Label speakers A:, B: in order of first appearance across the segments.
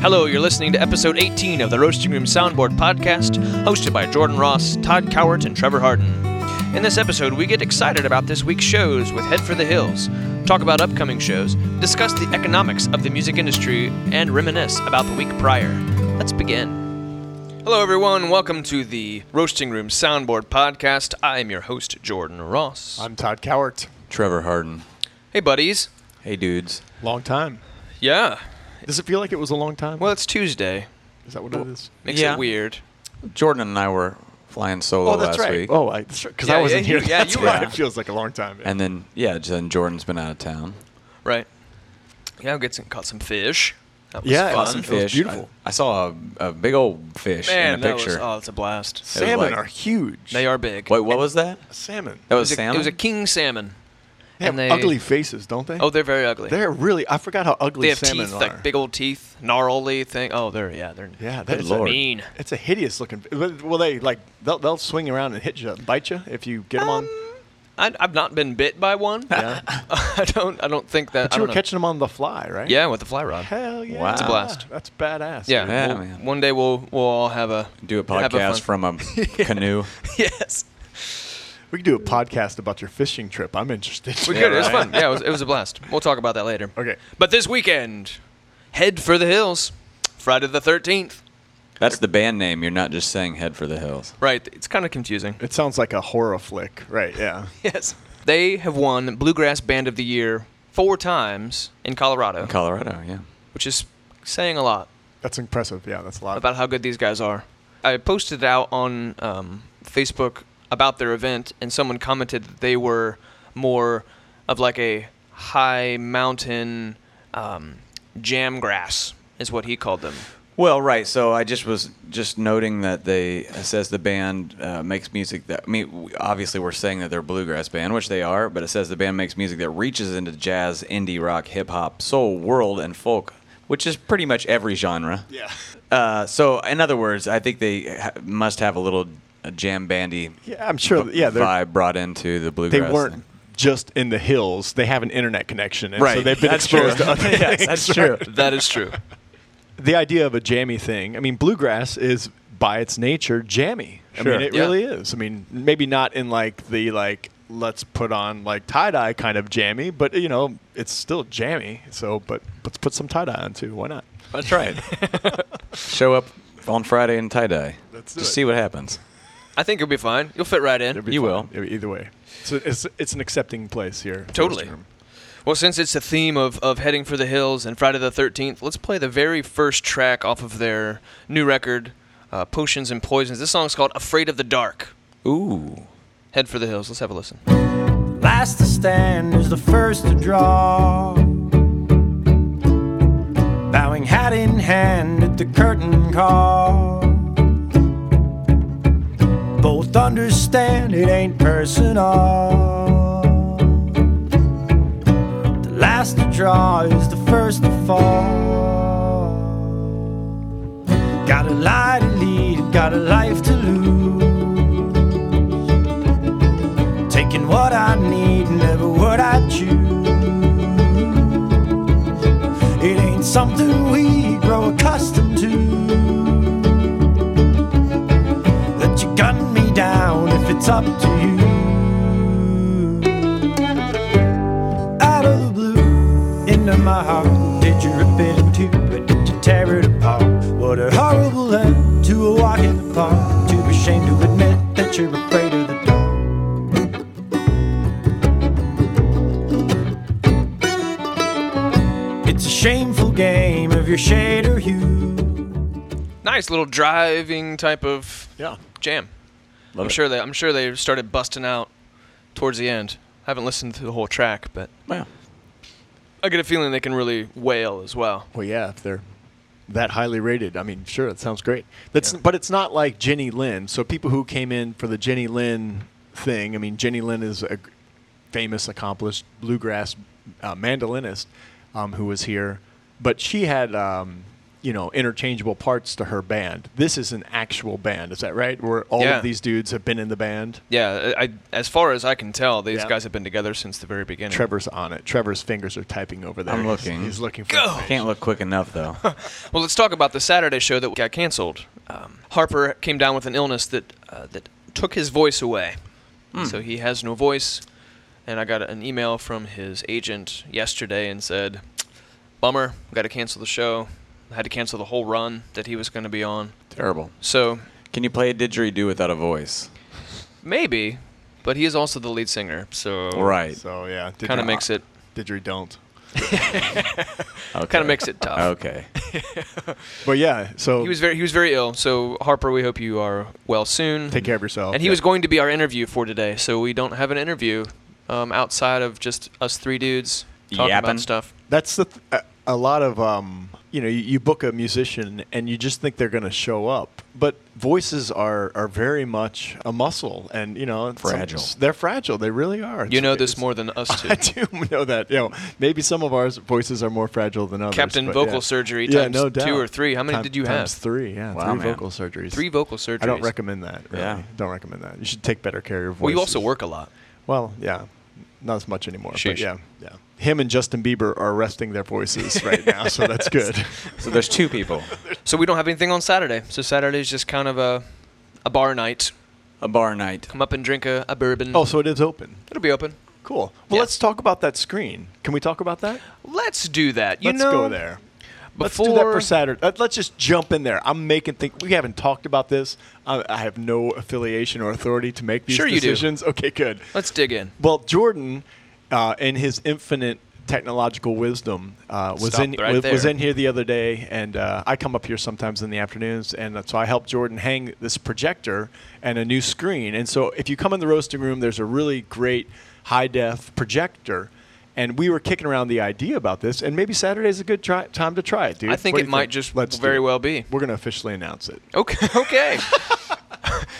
A: Hello, you're listening to episode 18 of the Roasting Room Soundboard podcast, hosted by Jordan Ross, Todd Cowart, and Trevor Harden. In this episode, we get excited about this week's shows with Head for the Hills, talk about upcoming shows, discuss the economics of the music industry, and reminisce about the week prior. Let's begin. Hello, everyone. Welcome to the Roasting Room Soundboard podcast. I am your host, Jordan Ross.
B: I'm Todd Cowart.
C: Trevor Harden.
A: hey, buddies.
C: Hey, dudes.
B: Long time.
A: Yeah.
B: Does it feel like it was a long time?
A: Well, it's Tuesday.
B: is that what it is?
A: Makes
C: Yeah.
A: it weird.
C: Jordan and I were flying solo last week.
B: Oh, I because
A: Yeah,
B: I wasn't
A: yeah, you-
B: here.
A: yeah,
B: that's
A: you
B: why
A: were.
B: it feels like a long time.
C: And then, yeah, then Jordan's been out of town.
A: Right. Yeah, I'll get some caught some fish. That was
B: Yeah, I
A: fun.
B: caught some
C: Fish.
B: It was beautiful.
C: I, I saw a, a big old fish
A: Man,
C: in a
A: that was-
C: picture.
A: oh, it's a blast.
B: salmon
C: like-
B: are huge.
A: They are big.
C: Wait, what was that?
B: salmon.
C: That
A: It
C: was,
A: was, a,
C: salmon?
A: it was a king salmon.
B: They have
A: and they-
B: ugly faces, don't they?
A: Oh, they're very ugly.
B: they're really. I forgot how ugly
A: They have
B: salmon
A: teeth,
B: are.
A: like big old teeth, gnarly thing. Oh, they're yeah, they're
B: yeah,
C: Good
B: that's
C: lord.
A: mean.
B: It's a hideous looking. Well, they like they'll, they'll swing around and hit you, bite you if you get them on.
A: Um, I, I've not been bit by one.
B: Yeah.
A: I don't. I don't think that.
B: But
A: I
B: you were
A: don't know.
B: catching them on the fly, right?
A: Yeah, with the fly rod.
B: Hell yeah!
C: Wow. It's a
A: blast.
B: That's badass.
A: Yeah.
B: dude.
C: Yeah,
A: we'll-
C: man.
A: One day we'll we'll all have a
C: Do a
A: have fun-
C: podcast from a canoe.
A: yes.
B: We could do a podcast about your fishing trip. I'm interested.
A: We
C: Yeah,
A: could. It was
C: right.
A: fun. Yeah, it was, it was a blast. We'll talk about that later.
B: Okay.
A: But this weekend, head for the hills. Friday the 13th.
C: That's the band name. You're not just saying Head for the Hills.
A: Right. It's kind of confusing.
B: It sounds like a horror flick, right? Yeah.
A: Yes. They have won Bluegrass Band of the Year four times in Colorado,
C: Colorado, yeah.
A: which is saying a lot
B: That's impressive. Yeah, that's a lot.
A: about how good these guys are. I posted out on um, Facebook about their event, and someone commented that they were more of like a high mountain um, jam grass, is what he called them.
C: Well, right. So I just was just noting that they it says the band uh, makes music that I mean, w- obviously we're saying that they're a bluegrass band, which they are, but it says the band makes music that reaches into jazz, indie rock, hip hop, soul, world, and folk, which is pretty much every genre.
B: yeah.
C: Uh, so in other words, I think they ha- must have a little uh, jam bandy
B: Yeah, I'm sure. Yeah, they're-
C: vibe brought into the
B: they
C: bluegrass.
B: weren't
C: thing.
B: just in the hills. They have an internet connection, and
C: right.
B: so they've been
C: that's
B: exposed
C: true.
B: to other
C: yes,
B: things.
C: that's
B: right?
C: true.
A: That is true.
B: The idea of a jammy thing. I mean, bluegrass is by its nature jammy. I
C: Sure.
B: mean, it
A: Yeah.
B: really is. I mean, maybe not in like the like let's put on like tie dye kind of jammy, but you know, it's still jammy. So, but let's put some tie dye on too. Why not?
C: That's right. Show up on Friday in tie dye.
B: Let's do
C: Just
B: it.
C: see what happens.
A: I think you'll be fine. You'll fit right in.
B: It'd be
C: You
B: fun.
C: will.
B: It'd be- Either way, so it's it's an accepting place here.
A: Totally. Well, since it's the theme of, of Heading for the Hills and Friday the 13th, let's play the very first track off of their new record, uh, Potions and Poisons. This song's called Afraid of the Dark.
C: Ooh.
A: Head for the Hills. Let's have a listen.
D: Last to stand is the first to draw. Bowing hat in hand at the curtain call. Both understand it ain't personal. The last to draw is the first to fall. Got a lie to lead, got a life to lose. Taking what I need, never what I choose. It ain't something we grow accustomed to. That you gun me down if it's up to you. Out of the blue, into my heart, did you rip it in two? Or did you tear it apart? What a horrible end to a walk in the park. Too ashamed to admit that you're afraid of the dark. It's a shameful game of your shade or hue.
A: Nice little driving type of
B: Yeah.
A: jam.
C: Love
A: I'm
C: it.
A: sure they I'm sure they started busting out towards the end. I haven't listened to the whole track, but
C: Wow.
A: I get a feeling they can really wail as well.
B: Well, yeah, if they're that highly rated, I mean, sure, that sounds great. That's but it's not like Jenny Lynn. So people who came in for the Jenny Lynn thing, I mean, Jenny Lynn is a g- famous, accomplished bluegrass uh, mandolinist um, who was here, but she had. Um, you know interchangeable parts to her band. This is an actual band, is that right? Where all
A: Yeah.
B: of these dudes have been in the band.
A: Yeah, I, I- as far as I can tell, these
B: Yeah.
A: guys have been together since the very beginning.
B: Trevor's on it. Trevor's fingers are typing over there.
C: I'm
B: He's-
C: looking.
B: He's, looking for.
A: Go!
B: information.
C: Can't look quick enough though.
A: Well, let's talk about the Saturday show that got canceled. Um, Harper came down with an illness that uh, that took his voice away, so he has no voice. And I got an email from his agent yesterday and said, "Bummer, got to cancel the show. had to cancel the whole run that he was going to be on."
C: Terrible.
A: So
C: Can you play a didgeridoo without a voice?
A: maybe, but he is also the lead singer, so
C: Right.
B: Oh, So yeah, didgeridoo-
A: kind of makes it
B: didgeridoo don't.
C: Okay.
A: kind of makes it tough.
C: Okay.
B: But yeah, so
A: He was very he was very ill. So Harper, we hope you are well soon.
B: take care of yourself.
A: And he
B: Yeah.
A: was going to be our interview for today, so we don't have an interview um, outside of just us three dudes talking
C: Yappin'.
A: about stuff.
B: That's the th- a, a lot of um, you know you, you book a musician and you just think they're going to show up, but voices are are very much a muscle and you know it's-
C: Fragile.
B: they're fragile. They really are.
A: You know
B: It's-
A: this
B: it's-
A: more than us two.
B: I do know that. You know, maybe some of our voices are more fragile than others.
A: Captain
B: but
A: vocal
B: yeah.
A: surgery
B: Yeah,
A: times
B: no
A: two
B: doubt.
A: or three. How many
B: Time-
A: did you
B: times
A: have?
B: Three. Yeah,
C: Wow,
B: three
C: man.
B: vocal surgeries.
A: Three vocal surgeries.
B: I don't recommend that. Really.
C: Yeah.
B: Don't recommend that. You should take better care of your voice.
A: Well, you also work a lot.
B: Well, yeah, not as much anymore.
A: Sheesh.
B: But yeah, yeah. Him and Justin Bieber are resting their voices right now, so that's good.
C: So there's two people.
A: So we don't have anything on Saturday. So Saturday is just kind of a a bar night.
C: A bar night.
A: Come up and drink a, a bourbon.
B: Oh, so it is open.
A: it'll be open.
B: Cool. Well,
A: Yeah.
B: let's talk about that screen. Can we talk about that?
A: Let's do that. You
B: let's
A: know,
B: go there. Let's do that
A: before-
B: for Saturday. Let- Let's just jump in there. I'm making think we haven't talked about this. I, I have no affiliation or authority to make these
A: Sure you do.
B: decisions. Okay, good.
A: Let's dig in.
B: Well, Jordan, uh, in his infinite technological wisdom, uh, was
A: Stop
B: in
A: right
B: was, was
A: there.
B: in here the other day, and uh, I come up here sometimes in the afternoons, and so I helped Jordan hang this projector and a new screen. And so, if you come in the roasting room, there's a really great high def projector. And we were kicking around the idea about this, and maybe Saturday's a good try- time to try it, dude.
A: I think
B: What do
A: it
B: you
A: might just
B: do
A: very
B: it.
A: well be.
B: We're going to officially announce it.
A: Okay. Okay.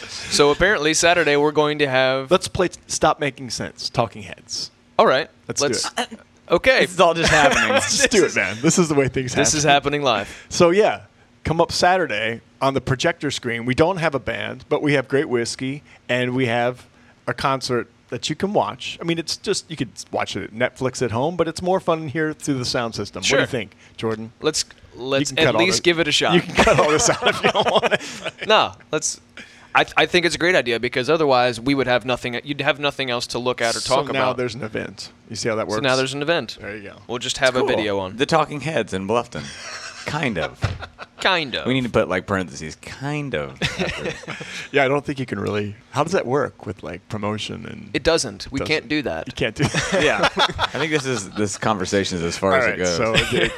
A: so apparently Saturday we're going to have.
B: Let's play Stop Making Sense, Talking Heads.
A: all right.
B: Let's do
A: it. Okay.
C: It's all just happening.
B: Let's just do it, man. This is the way things happen.
A: This is happening live.
B: So yeah, come up Saturday on the projector screen. We don't have a band, but we have great whiskey and we have a concert that you can watch. I mean, it's just you could watch it at Netflix at home, but it's more fun here through the sound system. What do
A: Sure.
B: you think, Jordan?
A: Let's let's
B: can
A: at
B: cut all
A: least
B: this.
A: give it a
B: You
A: shot.
B: can cut all this out if you don't want it.
A: no, let's. I, I think it's a great idea because otherwise we would have nothing. You'd have nothing else to look at or
B: so
A: talk
B: now
A: about.
B: there's an event. You see how that works?
A: so now there's an event.
B: There you go.
A: We'll just have a video on.
C: The Talking Heads in Bluffton. Kind of.
A: kind of.
C: We need to put like parentheses. Kind of.
B: yeah. I don't think you can really. How does that work with like promotion and?
A: it doesn't. We
B: Doesn't.
A: can't do that.
B: you can't do. That.
C: yeah. I think this is this conversation is as far
B: all
C: as
B: right,
C: it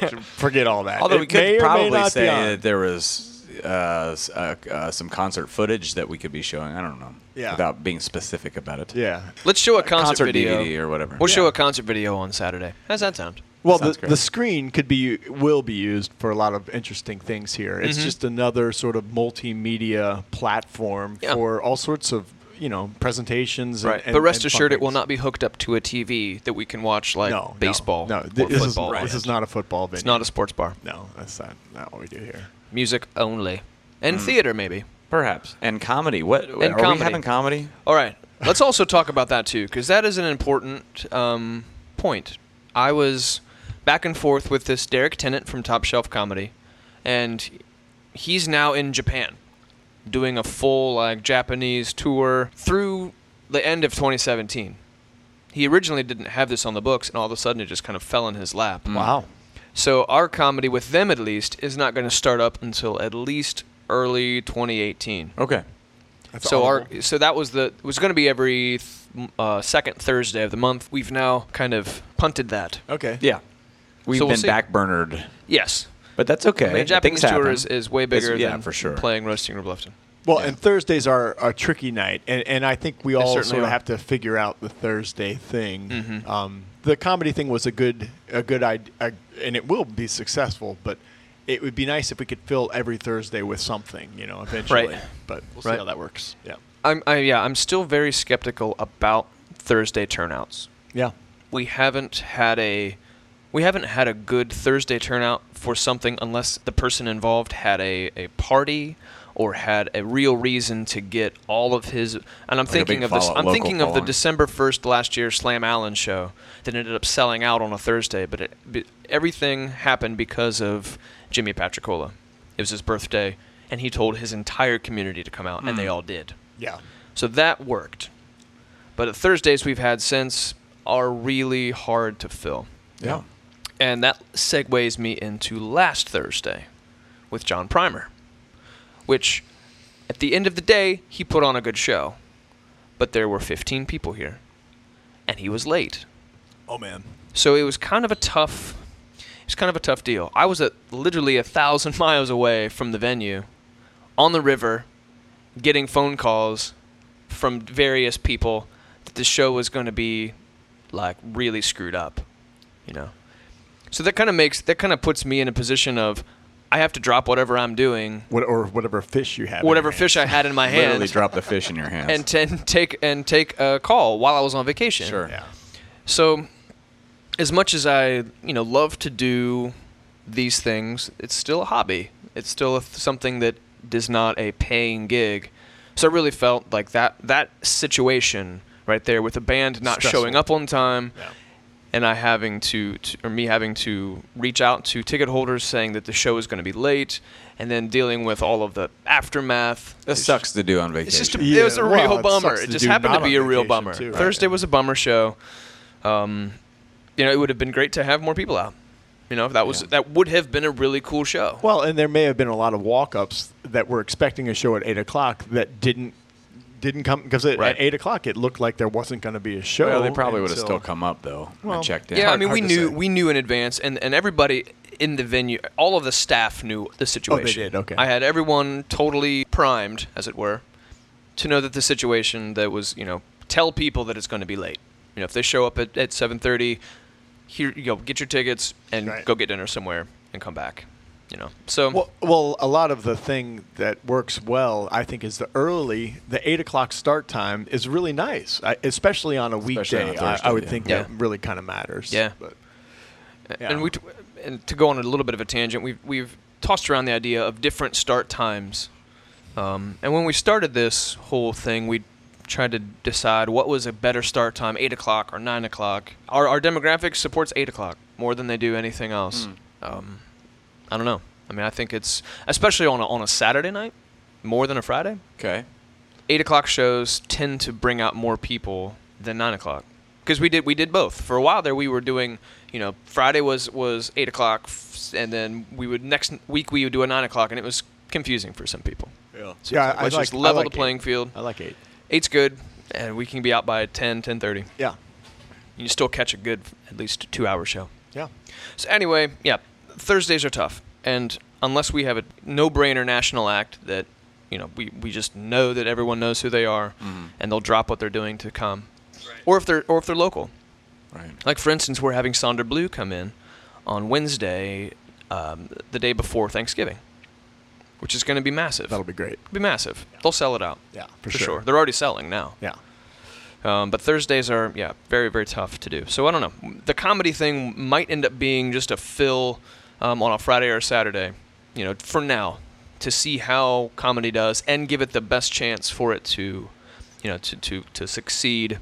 C: goes.
B: so dude, forget all that.
C: Although
B: It
C: we
B: may or may
C: could probably
B: not be
C: say
B: on.
C: that there was uh, s- uh, uh, some concert footage that we could be showing. I don't know.
B: Yeah.
C: Without being specific about it.
B: Yeah.
A: Let's show a concert,
C: concert
A: video
C: DVD or whatever.
A: We'll show
B: Yeah.
A: a concert video on Saturday. How's that sound?
B: Well, the,
C: Sounds great.
B: the screen could be will be used for a lot of interesting things here.
A: Mm-hmm.
B: It's just another sort of multimedia platform
A: Yeah.
B: for all sorts of you know presentations. and- and-
A: but rest
B: and fun
A: assured, it will
B: things.
A: not be hooked up to a TV that we can watch like
B: no, no,
A: baseball
B: No,
A: or
B: Th- this is
A: football.
B: this is not a football venue.
A: It's not a sports bar.
B: no, that's not not what we do here.
A: Music only, and theater maybe.
C: Perhaps. And comedy. What are
A: comedy.
C: we having comedy?
A: All right. Let's also talk about that too, because that is an important um, point. I was back and forth with this Derek Tennant from Top Shelf Comedy, and he's now in Japan doing a full like Japanese tour through the end of 2017. He originally didn't have this on the books, and all of a sudden it just kind of fell in his lap.
C: Mm.
B: Wow.
A: So our comedy with them, at least, is not going to start up until at least early 2018
C: Okay.
B: That's
A: so
B: audible.
A: our so that was the it was going to be every th- uh, second Thursday of the month. We've now kind of punted that.
B: okay.
C: Yeah. We've
A: So we'll
C: been
A: see.
C: backburnered.
A: Yes,
C: But that's okay.
A: I mean, a Japanese
C: Things happen.
A: tour is, is way bigger
C: yeah,
A: than
C: for sure.
A: playing roasting or bluffton.
B: Well, and Thursdays are a tricky night, and, and I think we all
A: certainly
B: sort of
A: are.
B: have to figure out the Thursday thing. Um, the comedy thing was a good a good idea, and it will be successful, but it would be nice if we could fill every Thursday with something, you know, eventually. But we'll see
A: Right.
B: how that works. Yeah.
A: I'm I, yeah, I'm still very skeptical about Thursday turnouts.
B: Yeah.
A: We haven't had a We haven't had a good Thursday turnout for something unless the person involved had a, a party or had a real reason to get all of his. And I'm thinking
C: big
A: of this.
C: follow-
A: I'm
C: local
A: thinking of the
C: following.
A: December 1st last year Slam Allen show that ended up selling out on a Thursday, but it, but everything happened because of Jimmy Patricola. It was his birthday, and he told his entire community to come out, and they
C: Hmm.
A: all did.
B: Yeah.
A: So that worked. But the Thursdays we've had since are really hard to fill.
B: Yeah.
A: And that segues me into last Thursday with John Primer, which at the end of the day, he put on a good show. But there were 15 people here, and he was late.
B: Oh man.
A: So it was kind of a tough, it was kind of a tough deal. I was at literally a thousand miles away from the venue, on the river, getting phone calls from various people that the show was going to be like really screwed up, you know. So that kind of makes that kind of puts me in a position of I have to drop whatever I'm doing,
B: What or whatever fish you have. in
A: whatever
B: your
A: fish I had in my
C: Literally
A: hand,
C: drop the fish in your hands.
A: and, and take and take a call while I was on vacation.
C: sure.
B: hand. Yeah.
A: So, as much as I, you know, love to do these things, it's still a hobby. It's still a, something that is not a paying gig. So I really felt like that that situation right there with the band not
B: Stressful.
A: showing up on time
B: Yeah.
A: and I having to, to or me having to reach out to ticket holders saying that the show is going to be late and then dealing with all all of the aftermath.
C: That sucks to do on vacation.
A: It's just a,
B: Yeah,
A: it was a
B: well,
A: real
B: it
A: bummer.
B: sucks
A: It
B: to
A: just
B: do
A: happened to
B: not
A: be
B: on
A: a real
B: vacation,
A: bummer.
B: too, right?
A: Thursday was a bummer show. Um, you know, it would have been great to have more people out. You know, that was that would have been a really cool show.
B: Well, and there may have been a lot of walk-ups that were expecting a show at eight o'clock that didn't didn't come because
A: Right.
B: at eight o'clock it looked like there wasn't going to be a show.
C: well, they probably would have
B: until-
C: still come up though.
B: Well,
C: and checked in.
A: yeah, I mean,
B: hard
A: we
B: to
A: knew
B: say.
A: we knew in advance, and and everybody in the venue, all of the staff knew the situation.
B: Oh, did, okay.
A: I had everyone totally primed, as it were, to know that the situation that was, you know, tell people that it's going to be late. You know, if they show up at at seven thirty, here you go, get your tickets and
B: Right.
A: go get dinner somewhere and come back. You know, so
B: Well, well, a lot of the thing that works well, I think, is the early, the eight o'clock start time is really nice, I, especially on a
C: Especially
B: weekday.
C: on a
B: I- I,
C: Thursday,
B: would
C: yeah.
B: think
A: Yeah.
B: that really kind of matters.
A: Yeah.
B: But, yeah.
A: and we t- and to go on a little bit of a tangent, we've we've tossed around the idea of different start times. Um, and when we started this whole thing, we tried to decide what was a better start time, eight o'clock or nine o'clock. Our our demographic supports eight o'clock more than they do anything else. Um, I don't know. I mean, I think it's especially on a, on a Saturday night, more than a Friday.
C: Okay.
A: Eight o'clock shows tend to bring out more people than nine o'clock because we did we did both for a while there. We were doing you know Friday was was eight o'clock, f- and then we would next week we would do a nine o'clock, and it was confusing for some people.
C: Yeah.
A: So
B: yeah,
A: it's like,
B: I,
A: let's
B: like,
A: just level
B: I like
A: the playing
B: eight.
A: field.
B: I like eight.
A: Eight's good, and we can be out by 10, 10.30.
B: Yeah.
A: You still catch a good at least two hour show.
B: Yeah.
A: So anyway, yeah, Thursdays are tough, and unless we have a no-brainer national act that, you know, we, we just know that everyone knows who they are,
B: Mm-hmm.
A: and they'll drop what they're doing to come, or if they're or if they're local.
C: Right.
A: Like for instance, we're having Sonder Blue come in on Wednesday, um, the day before Thanksgiving, which is going to be massive.
B: That'll be great.
A: be massive. They'll sell it out.
B: Yeah,
A: for,
B: for
A: sure.
B: sure.
A: They're already selling now.
B: Yeah.
A: Um, but Thursdays are yeah very very tough to do. So I don't know. The comedy thing might end up being just a fill um, on a Friday or a Saturday, you know, for now, to see how comedy does and give it the best chance for it to, you know, to to, to succeed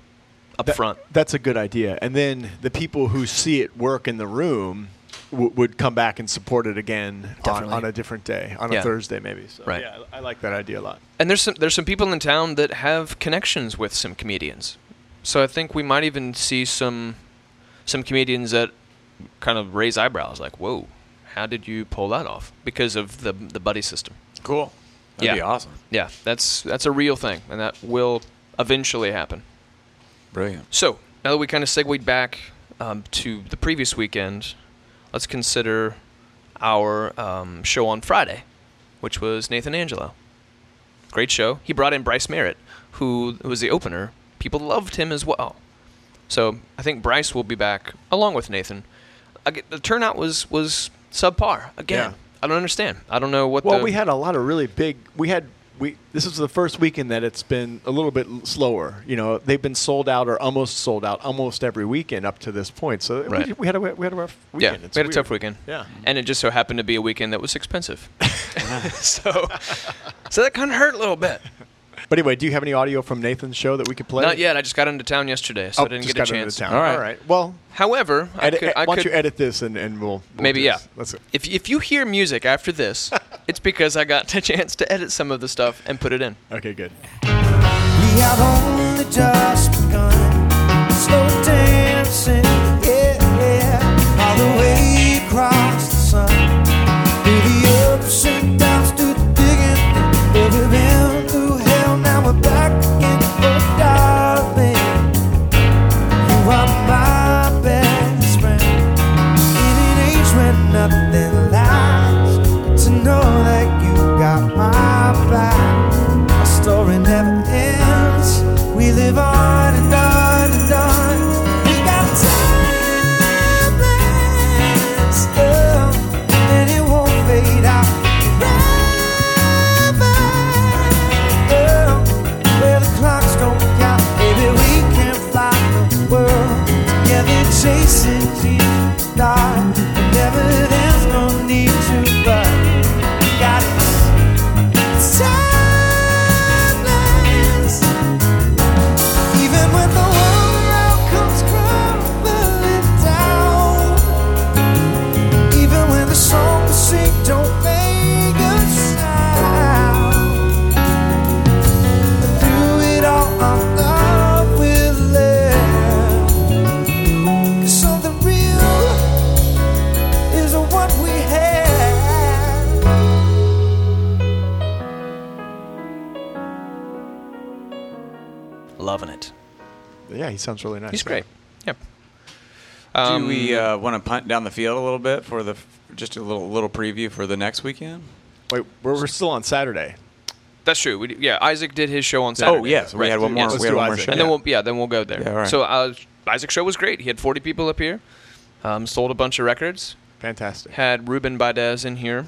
A: up
B: That-
A: front.
B: That's a good idea. And then the people who see it work in the room w- would come back and support it again on,
A: Definitely.
B: on a different day, on
A: Yeah.
B: a Thursday maybe. So,
A: Right.
B: Yeah, I I like that idea a lot.
A: And there's some there's some people in town that have connections with some comedians, so I think we might even see some some comedians that kind of raise eyebrows like, whoa, how did you pull that off? Because of the the buddy system.
C: Cool. That'd
A: Yeah.
C: be awesome.
A: Yeah, that's that's a real thing, and that will eventually happen.
C: Brilliant.
A: So now that we kind of segued back um, to the previous weekend, let's consider our um, show on Friday, which was Nathan Angelo. Great show. He brought in Bryce Merritt, who was the opener. People loved him as well. So I think Bryce will be back along with Nathan. I get- the turnout was was subpar again.
B: Yeah.
A: I don't understand. I don't know what.
B: Well,
A: the,
B: we had a lot of really big. We had we this is the first weekend that it's been a little bit l- slower. You know, they've been sold out or almost sold out almost every weekend up to this point. So we- we,
A: Right.
B: had a we had a rough
A: Yeah,
B: weekend. It's
A: we had
B: weird.
A: a tough weekend.
B: Yeah.
A: and it just so happened to be a weekend that was expensive. so, so that kind of hurt a little bit.
B: But anyway, do you have any audio from Nathan's show that we could play?
A: Not yet. I just got into town yesterday, so
B: Oh,
A: I didn't
B: just
A: get a
B: got into
A: chance.
B: town.
C: All right.
B: All right. Well,
A: However, I
B: edit, eh,
A: could, I
B: why
A: could
B: don't you edit this and, and we'll, we'll
A: maybe
B: do
A: yeah.
B: this. Let's
A: If if you hear music after this, it's because I got a chance to edit some of the stuff and put it in.
B: okay. Good.
D: We have only just begun. Slow dancing, yeah, yeah. All the way across the sun. Through the ups and downs, through the digging, over them, through hell. Now we're back again. Oh, darling, you are my best friend. In an age when nothing lasts, to know that you got my back. Our story never ends. We live on and on and on. We got time left, yeah, and it won't fade out. Forever, yeah, where the clocks don't count. Maybe we can fly the world together, chasing the star. Never there's no need to run. We got it. It's timeless. Even when the world comes crumbling down, even when the song we sing don't make a sound, and through it all, our love will live. 'Cause something real is what we have.
A: Loving it.
B: Yeah, he sounds really nice.
A: He's great. Yeah.
C: Do we
A: Um,
C: uh, want to punt down the field a little bit for the f- just a little little preview for the next weekend?
B: Wait, we're, we're still on Saturday.
A: That's true. We, d- yeah, Isaac did his
B: Oh,
A: show on Saturday.
C: Oh, yes, we had one more.
A: Yes.
B: Let's
C: we had
B: do
C: one more
B: Isaac.
C: show.
A: And then we'll yeah, then we'll go there.
C: Yeah, all right.
A: So uh, Isaac's show was great. He had 40 people up here. Um, sold a bunch of records.
B: Fantastic.
A: Had Ruben Baidez in here.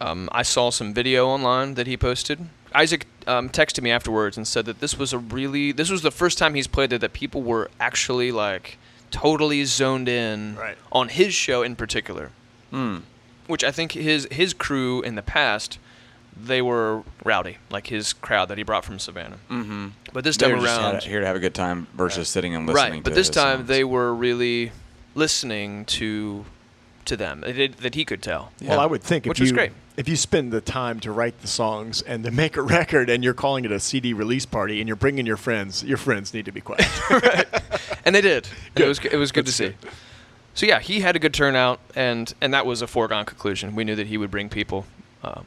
A: Um, I saw some video online that he posted. Isaac um, texted me afterwards and said that this was a really this was the first time he's played it that people were actually like totally zoned in
B: Right.
A: on his show in particular.
C: Hmm.
A: Which I think his his crew in the past they were rowdy, like his crowd that he brought from Savannah. Mm-hmm. But this
C: They
A: time
C: were just
A: around,
C: had- here to have a good time versus sitting and listening.
A: right but
C: to
A: this
C: his
A: time
C: songs.
A: they were really listening to to them They did- that he could tell
B: Well,
C: Yeah.
B: I would think
A: Which
B: if
A: was
B: you
A: great.
B: if you spend the time to write the songs and to make a record, and you're calling it a CD release party, and you're bringing your friends, your friends need to be quiet.
A: and they did And it was g- it was good to see so yeah he had a good turnout and and that was a foregone conclusion we knew that he would bring people um,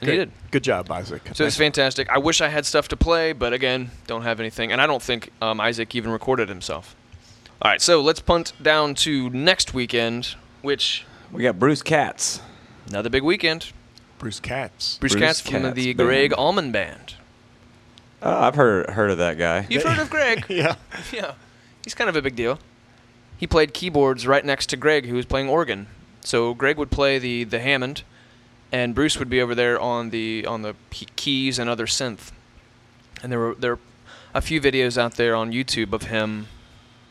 A: and he
B: Good-
A: did
B: Good job, Isaac.
A: so it's fantastic i wish i had stuff to play but again don't have anything and i don't think um, isaac even recorded himself all right so let's punt down to next weekend which
C: we got Bruce Katz.
A: another big weekend
B: Bruce Katz.
A: bruce,
C: Bruce
A: katz, from
C: Katz
A: the
C: Band.
A: greg allman band
C: Oh, I've heard heard of that guy.
A: you've heard of greg
B: Yeah.
A: Yeah, he's kind of a big deal. He played keyboards right next to Greg, who was playing organ. So Greg would play the the Hammond, and Bruce would be over there on the on the p- keys and other synth. And there were there are a few videos out there on YouTube of him.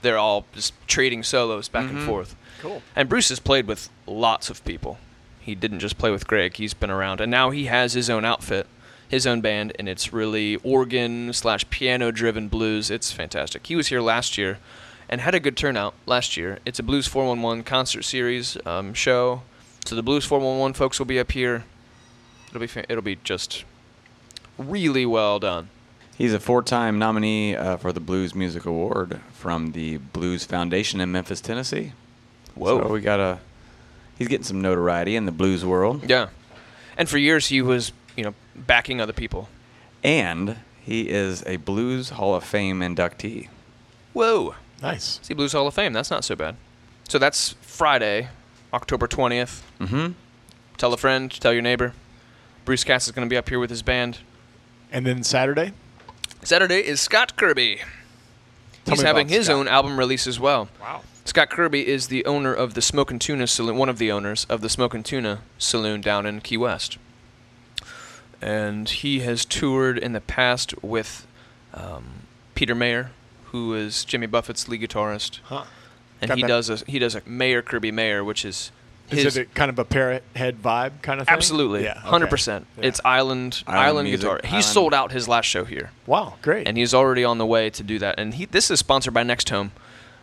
A: They're all just trading solos back and forth.
B: Cool.
A: And Bruce has played with lots of people. He didn't just play with Greg. He's been around, and now he has his own outfit, his own band, and it's really organ slash piano driven blues. It's fantastic. He was here last year, and had a good turnout last year. It's a Blues 411 concert series um, show, so the Blues 411 folks will be up here. It'll be fa- it'll be just really well done.
C: He's a four-time nominee uh, for the Blues Music Award from the Blues Foundation in Memphis, Tennessee. So we got a. He's getting some notoriety in the blues world,
A: yeah, and for years he was you know backing other people.
C: and he is a Blues Hall of Fame inductee.
A: Whoa.
B: Nice.
A: See Blues Hall of Fame. That's not so bad. So that's Friday, October 20th. Mm-hmm. Tell a friend, tell your neighbor. Bruce Katz is going to be up here with his band.
B: And then Saturday.
A: Saturday is Scott Kirby.
B: Tell
A: He's
B: me
A: having
B: about
A: his
B: Scott.
A: own album release as well. Wow. Scott Kirby is the owner of the Smoke and Tuna Saloon, one of the owners of the Smoke and Tuna Saloon down in Key West. and he has toured in the past with um, Peter Mayer, who is Jimmy Buffett's lead guitarist,
B: Huh.
A: and
B: Got
A: he
B: that.
A: does a he does a Mayer Kirby Mayer, which is his
B: Is it a- kind of a parrot head vibe kind of thing?
A: absolutely
B: Yeah. okay.
A: hundred percent.
B: Yeah.
A: It's island
C: Island
A: island,
C: music,
A: guitar. He
C: island-
A: sold out his last show here.
B: Wow, great.
A: and he's already on the way to do that. And he this is sponsored by Next Home,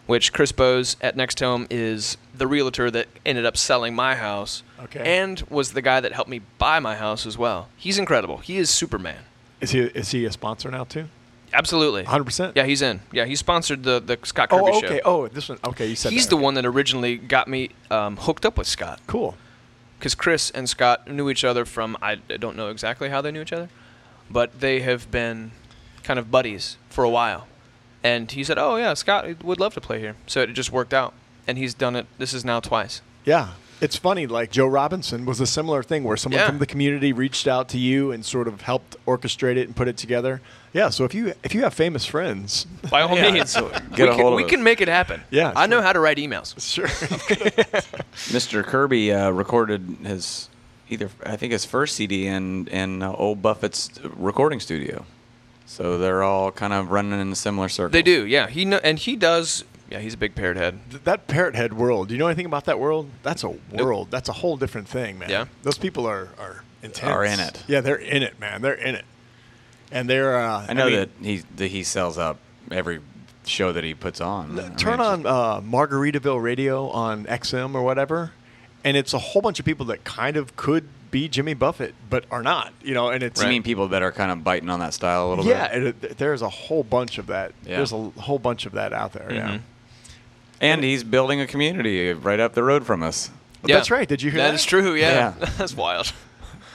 A: which Chris Bowes at Next Home is the realtor that ended up selling my house,
B: Okay.
A: and was the guy that helped me buy my house as well. He's incredible. He is Superman.
B: is he is he a sponsor now too?
A: Absolutely,
B: 100%?
A: Yeah, he's in. Yeah, he sponsored the the Scott Kirby
B: Oh, okay.
A: show.
B: Oh, this one. Okay, you said
A: he's
B: that.
A: the one that originally got me um, hooked up with Scott
B: Cool.
A: because Chris and Scott knew each other from I I don't know exactly how they knew each other, but they have been kind of buddies for a while. And he said, "Oh yeah, Scott would love to play here." So it just worked out, and he's done it. This is now twice.
B: Yeah. It's funny, like Joe Robinson was a similar thing where someone
A: Yeah.
B: from the community reached out to you and sort of helped orchestrate it and put it together. Yeah, so if you if you have famous friends,
A: By all
C: Yeah,
A: means,
C: so
A: Oh, we,
C: get a
A: can,
C: hold of
A: we
C: us.
A: can make it happen.
B: Yeah,
A: I know
B: sure.
A: how to write emails.
B: sure.
C: Mr. Kirby uh, recorded his either I think his first CD in in uh, old Buffett's recording studio. So they're all kind of running in similar circles.
A: They do, yeah. He kno- and he does. Yeah, he's a big parrot head.
B: that parrot head world. Do you know anything about that world? That's a world. That's a whole different thing, man.
A: Yeah.
B: Those people are are intense.
C: Are in it.
B: Yeah, they're in it, man. They're in it. And they're uh
C: I know
B: mean,
C: that he that he sells out every show that he puts on. I mean,
B: Turn on
C: it's
B: uh, Margaritaville Radio on XM or whatever, and it's a whole bunch of people that kind of could be Jimmy Buffett but are not, you know. And it's
C: Just, You mean people that are kind of biting on that style a little
B: yeah,
C: bit?
B: it, it- there's a whole bunch of that.
C: Yeah. Mm-hmm.
B: There's a l- whole bunch of that out there. Yeah,
C: And he's building a community right up the road from us,
A: Yeah.
B: that's right. Did you hear that?
A: That is true. Yeah,
C: Yeah.
A: that's wild.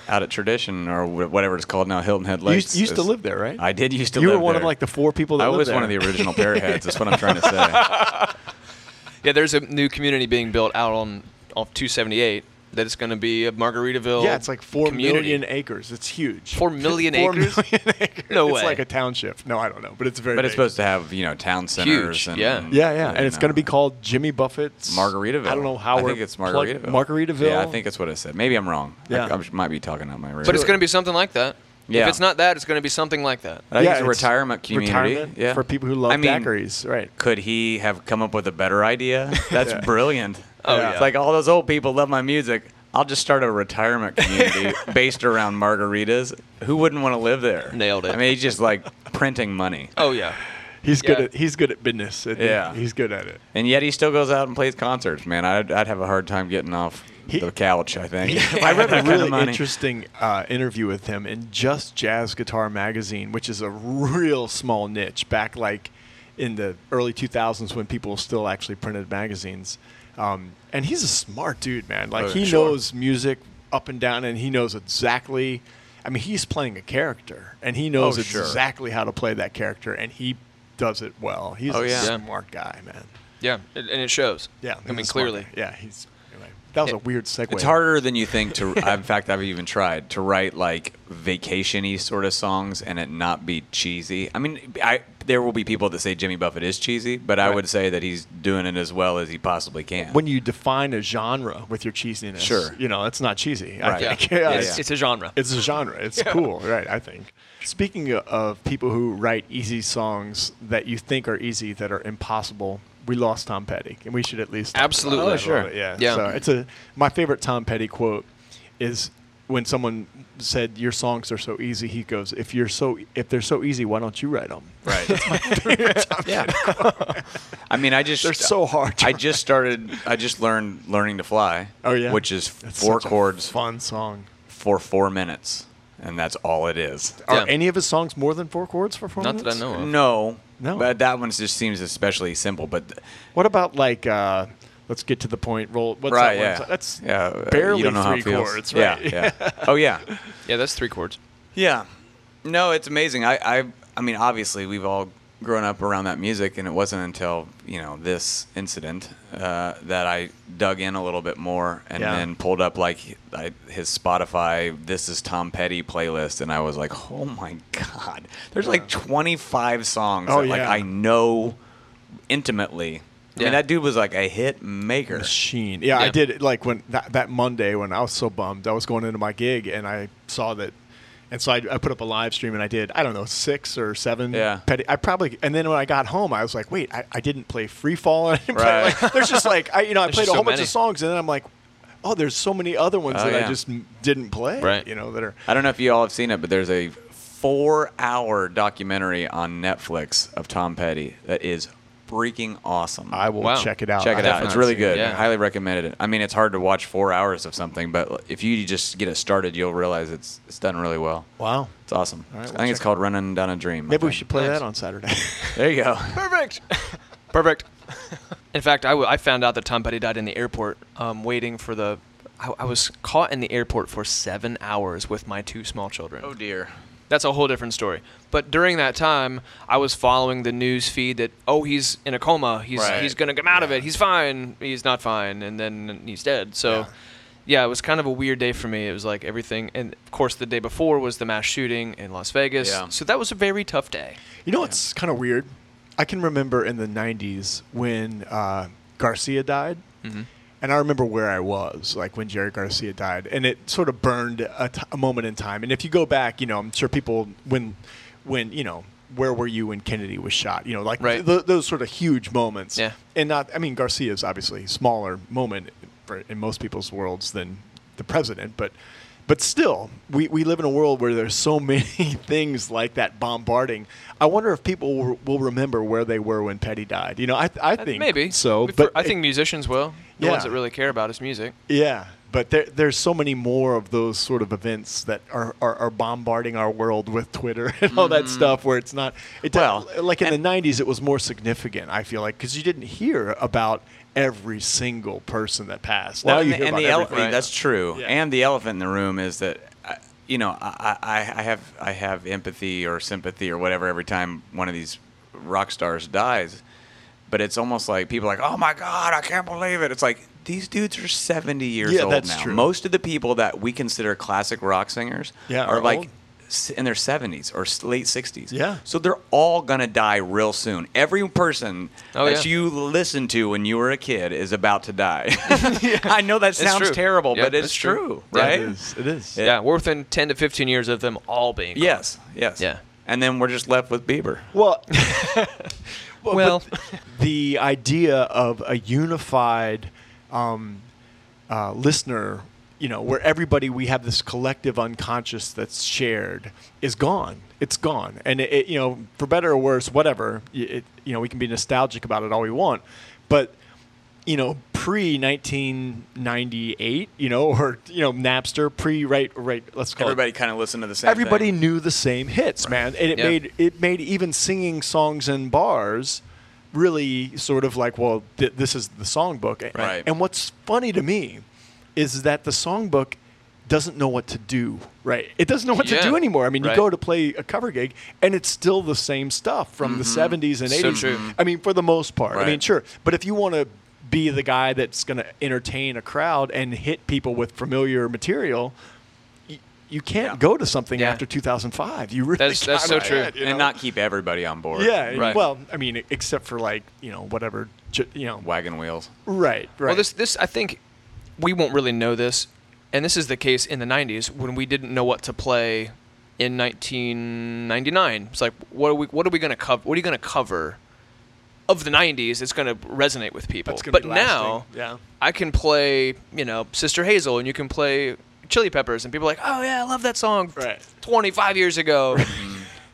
C: out at Tradition or wh- whatever it's called now, Hilton Head
B: You used,
C: Lakes.
B: used to
C: is-
B: live there, right?
C: I did used to
B: you
C: live
B: were one of
C: there.
B: like the four people that
C: I
B: lived
C: was
B: there.
C: one of the original parrot heads. That's what I'm trying to say.
A: Yeah, there's a new community being built out on off 278 that is going to be a Margaritaville.
B: yeah, it's like four million
A: community.
B: acres. It's huge.
A: Four million
B: Four
A: acres?
B: million acres.
A: No
B: it's
A: way.
B: like a township. No, I don't know, but it's very.
C: But it's
B: big.
C: supposed to have you know town centers and
A: yeah.
B: Yeah, yeah, and
C: you
B: it's going to be
C: know,
B: called Jimmy Buffett's
C: Margaritaville.
B: I don't know how
C: I
B: we're
C: think it's
B: plug-
C: Margaritaville.
B: Margaritaville.
C: Yeah, I think it's what it said. Maybe I'm wrong.
B: Yeah.
C: I, I might be talking out my.
A: But it's going to be something like that.
C: Yeah.
A: If it's not that, it's going to be something like that.
C: I think
B: yeah,
C: it's a retirement community.
B: Retirement
C: yeah.
B: for people who love
C: I mean,
B: daiquiris, right?
C: Could he have come up with a better idea? That's brilliant.
A: Oh, yeah.
C: It's like all those old people love my music. I'll just start a retirement community based around margaritas. Who wouldn't want to live there?
A: Nailed it.
C: I mean, he's just like printing money.
A: Oh yeah.
B: He's good.
A: yeah.
B: At, he's good at business. and
C: Yeah.
B: he's good at it.
C: And yet he still goes out and plays concerts, man. I'd, I'd have a hard time getting off
B: He-
C: the couch, I think. if
B: I read
C: had that
B: a
C: kind of
B: really
C: money.
B: interesting uh, interview with him in Just Jazz Guitar Magazine, which is a real small niche back like in the early 2000s when people still actually printed magazines. Um, and he's a smart dude, man. Like
C: Oh,
B: he
C: sure.
B: knows music up and down, and he knows exactly. I mean, he's playing a character, and he knows
C: Oh, sure.
B: exactly how to play that character, and he does it well. He's
C: Oh,
B: a
C: yeah.
A: Yeah.
B: smart guy, man.
A: Yeah, and and it shows.
B: Yeah,
A: I
B: he's
A: mean
B: a smart
A: clearly.
B: guy. Yeah, he's. Anyway, that was a weird segue.
C: It's harder than you think to. In fact, I've even tried to write like vacationy sort of songs and it not be cheesy. I mean, I there will be people that say Jimmy Buffett is cheesy, but I would say that he's doing it as well as he possibly can.
B: when you define a genre with your cheesiness,
C: Sure.
B: you know it's not cheesy.
C: Right.
B: I
A: Yeah.
B: think.
A: It's-
B: it's,
A: It's, a genre.
B: it's a genre. It's cool, right? I think. Speaking o- of people who write easy songs that you think are easy that are impossible, we lost Tom Petty, and we should at least talk about
A: Absolutely.
B: that a
A: Oh,
B: little
A: sure.
B: bit, Yeah,
A: Yeah.
B: So it's a my favorite Tom Petty quote is when someone said your songs are so easy. He goes, "If you're so if they're so easy, why don't you write them?
C: right? yeah. I mean, I just
B: They're so hard to
C: I just started. I just learned learning to fly.
B: Oh yeah,
C: which is
B: That's
C: four
B: such a
C: chords
B: fun song.
C: for four minutes, and that's all it is.
B: Are
A: Yeah.
B: any of his songs more than four chords for four
A: Not
B: minutes?
A: that I know of.
C: No,
B: Oh. No.
C: But that one just seems especially simple. But th-
B: What about like uh, let's get to the point? Roll. What's
C: right,
B: that one?
C: yeah,
B: That's
C: yeah, uh,
B: barely
C: you don't know how
B: three
C: it feels.
B: chords. Right?
C: Yeah, yeah. oh yeah,
A: Yeah, that's three chords.
C: yeah. No, it's amazing. I, I, I mean, obviously, we've all grown up around that music, and it wasn't until you know this incident uh, that I dug in a little bit more, and
B: Yeah.
C: then pulled up like I, his Spotify "This Is Tom Petty" playlist, and I was like, oh my god, there's like 25 songs
B: Oh,
C: that like
B: yeah.
C: I know intimately. I
A: Yeah.
C: mean, that dude was like a hit maker.
B: Machine. Yeah, I
A: Yeah.
B: did it like when that, that Monday when I was so bummed. I was going into my gig and I saw that And so I, I put up a live stream and I did, I don't know, six or seven.
C: Yeah.
B: Petty, I probably, and then when I got home, I was like, wait, I, I didn't play free fall. I didn't play-
C: Right.
B: like, there's just like, I, you know, I
A: There's
B: played a
A: so
B: whole bunch
A: many.
B: of songs and then I'm like, oh, there's so many other ones
C: Oh,
B: that
C: yeah.
B: I just m- didn't play,
A: Right.
B: you know, that are,
C: I don't know if you all have seen it, but there's a four-hour documentary on Netflix of Tom Petty that is freaking awesome.
B: I will
A: Wow.
B: check it out.
C: Check
B: I
C: it out.
B: have
C: It's
B: not
C: really
B: seen
C: good.
A: yeah.
C: Highly recommended. I mean, it's hard to watch four hours of something, but if you just get it started, you'll realize it's it's done really well.
B: it. Wow.
C: It's awesome.
B: All right,
C: I
B: we'll
C: think it's
B: check
C: called Running Down a Dream. I
B: Maybe we
C: think.
B: should play
A: Nice.
B: that on Saturday.
C: There you go.
A: Perfect. Perfect. In fact, I, w- I found out that Tom Petty died in the airport um, waiting for the. I, I was caught in the airport for seven hours with my two small children.
C: Oh dear.
A: That's a whole different story. But during that time, I was following the news feed that oh he's in a coma, he's
C: Right.
A: he's gonna come out of it, he's fine, he's not fine, and then he's dead. So, yeah. it was kind of a weird day for me. It was like everything, and of course the day before was the mass shooting in Las Vegas.
C: Yeah.
A: So that was a very tough day.
B: You know what's kind of weird? I can remember in the 90s when uh, Garcia died.
C: Mm-hmm.
B: And I remember where I was, like when Jerry Garcia died, and it sort of burned a, t- a moment in time. And if you go back, you know, I'm sure people when, when you know, where were you when Kennedy was shot? You know, like
A: Right.
B: th- those sort of huge moments.
A: Yeah.
B: And not, I mean, Garcia's obviously a smaller moment for, in most people's worlds than the president, but but still, we, we live in a world where there's so many things like that bombarding. I wonder if people will, will remember where they were when Petty died. You know, I, I think
A: Uh, Maybe
B: so,
A: For-
B: but
A: I think musicians will. The ones
B: Yeah.
A: that really care about is music.
B: yeah, but there, there's so many more of those sort of events that are, are, are bombarding our world with Twitter and all
C: Mm-hmm.
B: that stuff where it's not. It well, like in the 90s, it was more significant, I feel like, because you didn't hear about every single person that passed. now you
C: and,
B: hear
C: and
B: about
C: the ele-
B: everything.
C: That's true.
B: Yeah.
C: And the elephant in the room is that, I- you know, I, I, I have I have empathy or sympathy or whatever every time one of these rock stars dies, but it's almost like people are like, oh my god, I can't believe it. It's like these dudes are 70 years
B: Yeah,
C: old
B: that's
C: now.
B: true.
C: Most of the people that we consider classic rock singers
B: Yeah,
C: are
B: are
C: like
B: old.
C: s- in their 70s or s- late 60s.
B: Yeah.
C: So they're all going to die real soon. Every person
A: Oh,
C: that
A: yeah.
C: you listened to when you were a kid is about to die. I know that
A: It's
C: sounds
A: true.
C: terrible,
A: Yeah,
C: but it's
A: it's
C: true,
A: true.
B: Yeah,
C: right?
B: It is. It is.
A: Yeah. we're within ten to fifteen years of them all being.
C: Yes, yes.
A: Yeah.
C: And then we're just left with Bieber.
B: Well, but
A: Well-
B: the idea of a unified um, uh, listener, you know, where everybody we have this collective unconscious that's shared is gone. It's gone, and it, it you know, for better or worse, whatever. y- It, you know, we can be nostalgic about it all we want, but you know, pre 1998, you know, or you know, Napster, pre right, right. Let's call it
C: Everybody kind of listened to the same
B: everybody
C: thing.
B: knew the same hits, man, and it
A: Yeah.
B: made it made even singing songs in bars really sort of like, well, th- this is the songbook. A-
C: Right.
B: And what's funny to me is that the songbook doesn't know what to do. Right. It doesn't know what
A: Yeah.
B: to do anymore. I mean,
A: Right.
B: you go to play a cover gig, and it's still the same stuff from the '70s and
A: So
B: '80s.
A: Mm-hmm. true.
B: I mean, for the most part.
C: Right.
B: I mean, sure. But if you want to be the guy that's going to entertain a crowd and hit people with familiar material, y- you can't
C: Yeah.
B: go to something
A: Yeah.
B: after 2005. You really
A: That's- that's
B: kinda
A: so true.
B: can't, you
C: and
B: know?
C: not keep everybody on board.
B: yeah. and-
A: Right.
B: Well, I mean, except for like you know whatever ju- you know.
C: Wagon wheels.
B: Right. Right.
A: Well, this this I think we won't really know this, and this is the case in the '90s when we didn't know what to play in 1999. It's like what are we what are we gonna cover? What are you gonna cover of the '90s? It's gonna resonate with people.
B: That's gonna
A: but
B: be
A: now,
B: lasting. Yeah.
A: I can play you know Sister Hazel, and you can play Chili Peppers, and people are like, oh yeah, I love that song.
B: Right.
A: 25 years ago.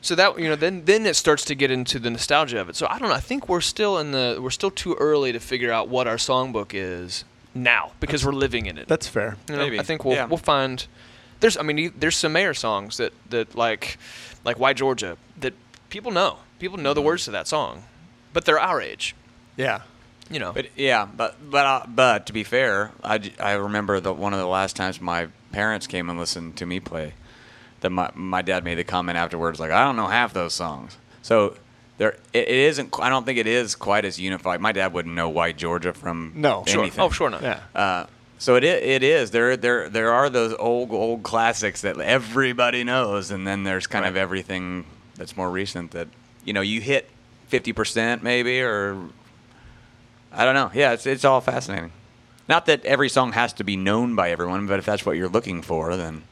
A: So that you know, then then it starts to get into the nostalgia of it. So I don't know. I think we're still in the we're still too early to figure out what our songbook is now because we're living in it.
B: that's fair.
A: You know,
C: maybe.
A: I think we'll
C: Yeah.
A: we'll find. There's I mean you- there's some Mayer songs that that like like Why Georgia that people know people know
C: Mm-hmm.
A: the words to that song, but they're our age.
B: Yeah.
A: You know.
C: But yeah, but but uh, but to be fair, I, j- I remember that one of the last times my parents came and listened to me play, that my my dad made the comment afterwards like I don't know half those songs. So there it, it isn't. qu- I don't think it is quite as unified. My dad wouldn't know White Georgia from
B: No. Sure.
C: anything.
A: oh sure not.
B: Yeah.
C: Uh, so it i- it is there there there are those old old classics that everybody knows, and then there's kind of everything that's more recent that you know you hit fifty percent maybe or I don't know. Yeah, it's it's all fascinating. Not that every song has to be known by everyone, but if that's what you're looking for, then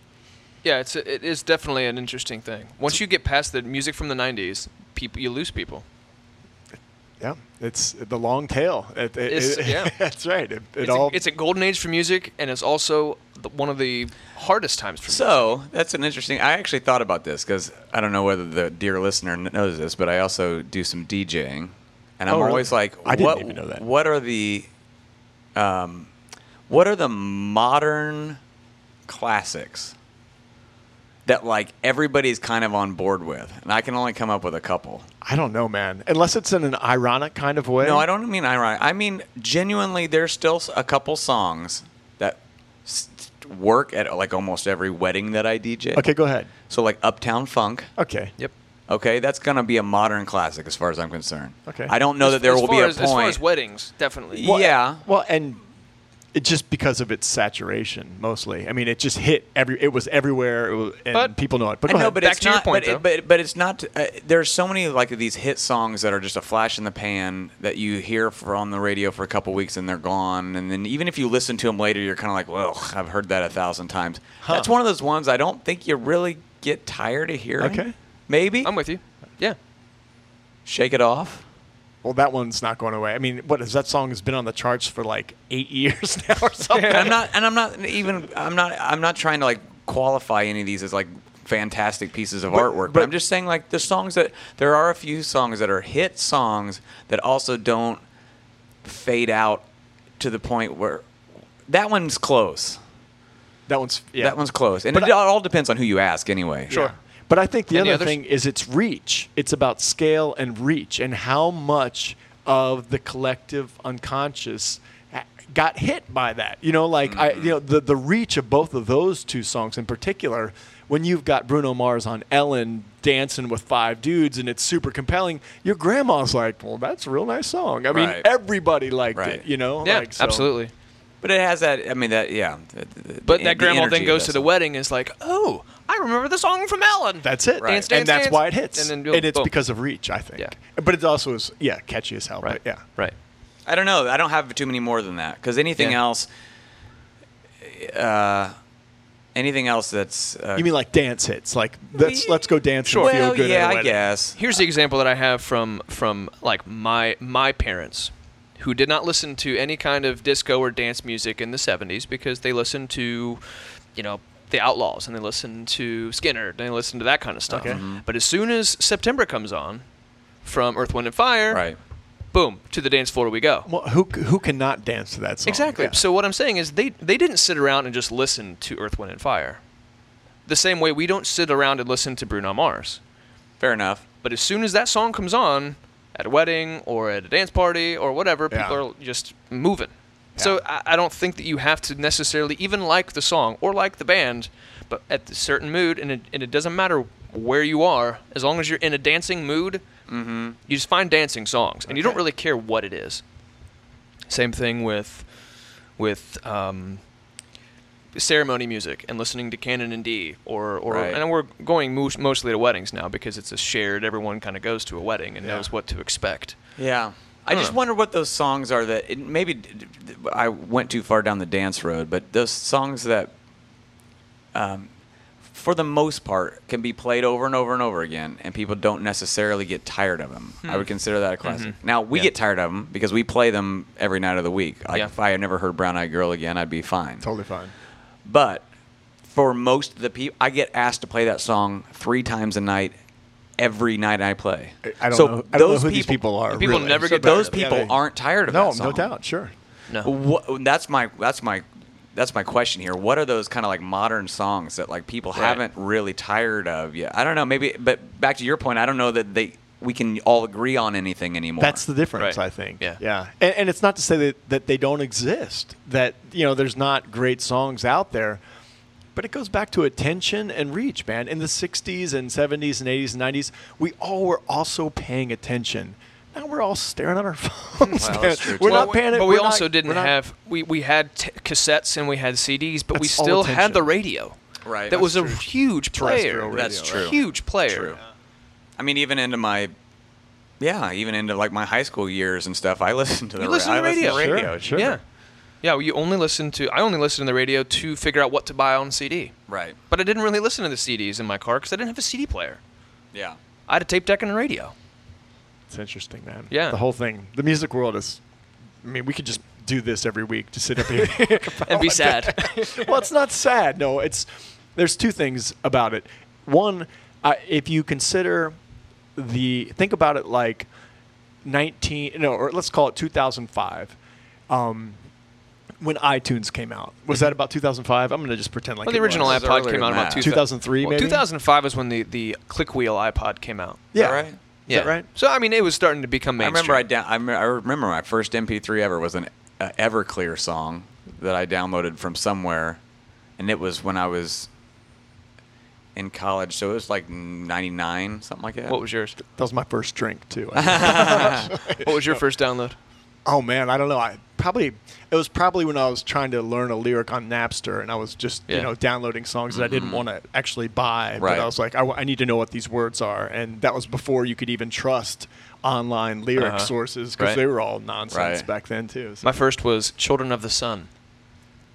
A: Yeah, it's it is definitely an interesting thing. Once you get past the music from the '90s, people you lose people.
B: Yeah, it's the long tail. It, it-
A: It's-
B: it-
A: yeah.
B: that's right. It, it
A: It's,
B: all
A: a, it's a golden age for music, and it's also the, one of the hardest times for music.
C: So that's an interesting. I actually thought about this because I don't know whether the dear listener kn- knows this, but I also do some DJing, and I'm
B: Oh, really?
C: always like,
B: I didn't
C: what,
B: even know that.
C: What are the, um, what are the modern classics that like everybody's kind of on board with? And I can only come up with a couple.
B: I don't know, man. Unless it's in an ironic kind of way.
C: No, I don't mean ironic. I mean genuinely. There's still s- a couple songs that s- work at like almost every wedding that I DJ.
B: Okay, go ahead.
C: So like Uptown Funk.
B: Okay.
A: Yep.
C: Okay, that's gonna be a modern classic as far as I'm concerned.
B: Okay.
C: I don't know that there
A: As
C: will
A: far
C: be a
A: as,
C: point.
A: As far as weddings, definitely.
C: Well, Yeah.
B: Well, and it just because of its saturation, mostly. I mean, it just hit every. It was everywhere, it was, and
A: But-
B: people know it. But
C: I
B: go
C: know,
B: ahead.
C: but
A: Back
C: it's
A: to your
C: not.
A: point,
C: but,
A: though.
C: it, but but it's not. Uh, there's so many like these hit songs that are just a flash in the pan that you hear for on the radio for a couple weeks and they're gone. And then even if you listen to them later, you're kind of like, well, I've heard that a thousand times. That's one of those ones I don't think you really get tired of hearing.
B: Okay.
C: Maybe
A: I'm with you. Yeah.
C: shake it off.
B: well, that one's not going away. I mean, what is that song has been on the charts for like eight years now or something?
C: And I'm not, and I'm not even, I'm not, I'm not trying to like qualify any of these as like fantastic pieces of
B: But-
C: artwork. But,
B: but-
C: I'm just saying like the songs that there are a few songs that are hit songs that also don't fade out to the point where that one's close.
B: That one's yeah.
C: That one's close, and
B: But
C: it
B: I-
C: all depends on who you ask anyway.
B: Yeah. But I think the
A: Any
B: other
A: others?
B: thing is its reach. It's about scale and reach and how much of the collective unconscious a- got hit by that. You know, like I
A: Mm-hmm.
B: you know the the reach of both of those two songs in particular when you've got Bruno Mars on Ellen dancing with five dudes and it's super compelling, your grandma's like, "Well, that's a real nice song." I mean,
C: Right.
B: everybody liked
C: Right.
B: it, you know?
A: Yeah.
B: Like, so-
A: absolutely.
C: But it has that. I mean, that yeah.
A: But that grandma then goes to the wedding and is like, oh, I remember the song from Ellen.
B: That's it.
A: Dance,
B: and
A: dance,
B: that's
A: dance.
B: why it hits.
A: And
B: And,
A: then oh,
B: it's
A: boom.
B: because of reach, I think.
A: Yeah.
B: But it also is, yeah, catchy as hell.
A: Right.
B: But yeah.
A: Right.
C: I don't know. I don't have too many more than that because anything
A: Yeah.
C: else, uh, anything else that's uh,
B: You mean like dance hits? Like let's let's go dance and feel
C: Well,
B: good.
C: yeah,
B: at a
C: I
B: wedding.
C: guess.
A: Here's the example that I have from from like my my parents, who did not listen to any kind of disco or dance music in the '70s because they listened to, you know, the Outlaws and they listened to Skinner and they listened to that kind of stuff.
B: Okay. Mhm.
A: But as soon as September comes on, from Earth, Wind and Fire,
C: Right.
A: boom to the dance floor we go.
B: Well, who c- who cannot dance to that song?
A: Exactly.
B: Yeah.
A: So what I'm saying is they they didn't sit around and just listen to Earth, Wind and Fire, the same way we don't sit around and listen to Bruno Mars.
C: Fair enough.
A: But as soon as that song comes on at a wedding or at a dance party or whatever,
B: Yeah.
A: people are just moving. So I, I don't think that you have to necessarily even like the song or like the band, but at a certain mood, and it, and it doesn't matter where you are, as long as you're in a dancing mood, you just find dancing songs, and you don't
C: Mm-hmm. Okay.
A: really care what it is. Same thing with with um, ceremony music and listening to Canon and D or or
C: Right.
A: and we're going mo- mostly to weddings now because it's a shared everyone kind of goes to a wedding and
B: Yeah.
A: knows what to expect.
C: Yeah. I
A: don't
C: just
A: know.
C: wonder what those songs are that it, maybe d- d- d- I went too far down the dance road, but those songs that, um, for the most part, can be played over and over and over again, and people don't necessarily get tired of them. I would consider that a classic. Now we
A: Yeah.
C: get tired of them because we play them every night of the week. Like
A: Yeah.
C: if I had never heard Brown Eyed Girl again, I'd be fine.
B: totally fine.
C: But for most of the people, I get asked to play that song three times a night, every night I play.
B: I don't
C: so
B: know. I don't know
C: those
B: who these people are.
A: people
B: really.
A: never
C: So
A: get tired
C: those
A: of it.
C: people
B: Yeah, they-
C: aren't tired of
B: No,
C: that song.
B: no doubt. Sure.
A: No,
C: What, that's my that's my that's my question here. What are those kind of like modern songs that like people
A: Right.
C: haven't really tired of yet? I don't know. Maybe, but back to your point, I don't know that they we can all agree on anything anymore.
B: That's the difference,
A: Right.
B: I think.
A: Yeah.
B: Yeah. And, and it's not to say that, that they don't exist, that, you know, there's not great songs out there, but it goes back to attention and reach, man. In the 60s and 70s and 80s and 90s, we all were also paying attention. Now we're all staring at our phones.
C: Well,
B: man.
C: that's true,
B: We're
C: too.
A: Well,
B: not
A: we-
B: paying it-
A: But we
B: we're not-
A: also didn't
B: we're not-
A: have we we had t- cassettes and we had CDs, but we
B: That's all
A: still had the
B: attention.
A: radio.
C: Right.
A: That was a
C: That's true.
A: huge player.
B: Terrestrial radio,
C: That's right. true.
A: Huge player.
C: True. I mean, even into my yeah, even into like my high school years and stuff, I listened to the
A: You listened
C: I
A: to radio.
C: listened to
B: Sure,
C: radio.
B: sure.
A: Yeah. Yeah, well, you only listen to I only listened to the radio to figure out what to buy on CD.
C: Right.
A: But I didn't really listen to the CDs in my car because I didn't have a CD player.
C: Yeah.
A: I had a tape deck and a radio.
B: It's interesting, man.
A: Yeah.
B: The whole thing. The music world is. I mean, we could just do this every week to sit up here
A: And
C: Oh
A: be sad.
B: well, it's not sad. No, it's there's two things about it. One, uh, if you consider the think about it like 19 no, or let's call it 2005. Um, when iTunes came out, was that about 2005? I'm going to just pretend
A: Mm-hmm.
B: like
A: well, the
B: it was.
A: original
C: was
A: iPod
C: earlier
A: came out
C: than
A: about
C: that.
A: 2000
B: 2003
A: well,
B: maybe?
A: 2005 is when the, the click wheel iPod came out.
B: Yeah,
C: All right.
B: Is that right?
A: So I mean, it was starting to become
C: I
A: mainstream.
C: remember I, down, I, me- I remember my first MP3 ever was an uh, Everclear song that I downloaded from somewhere, and it was when I was in college, so it was like '99, something like that.
A: What was yours?
B: That was my first drink too.
A: What was your first download?
B: Oh man, I don't know. I probably it was probably when I was trying to learn a lyric on Napster, and I was just
A: Yeah. Mm-hmm.
B: you know downloading songs that I didn't want to actually buy. But
C: Right.
B: I was like, I, w- I need to know what these words are, and that was before you could even trust online lyric
A: Uh-huh.
B: sources because
A: Right.
B: they were all nonsense
C: Right.
B: back then too. So.
A: My first was Children of the Sun.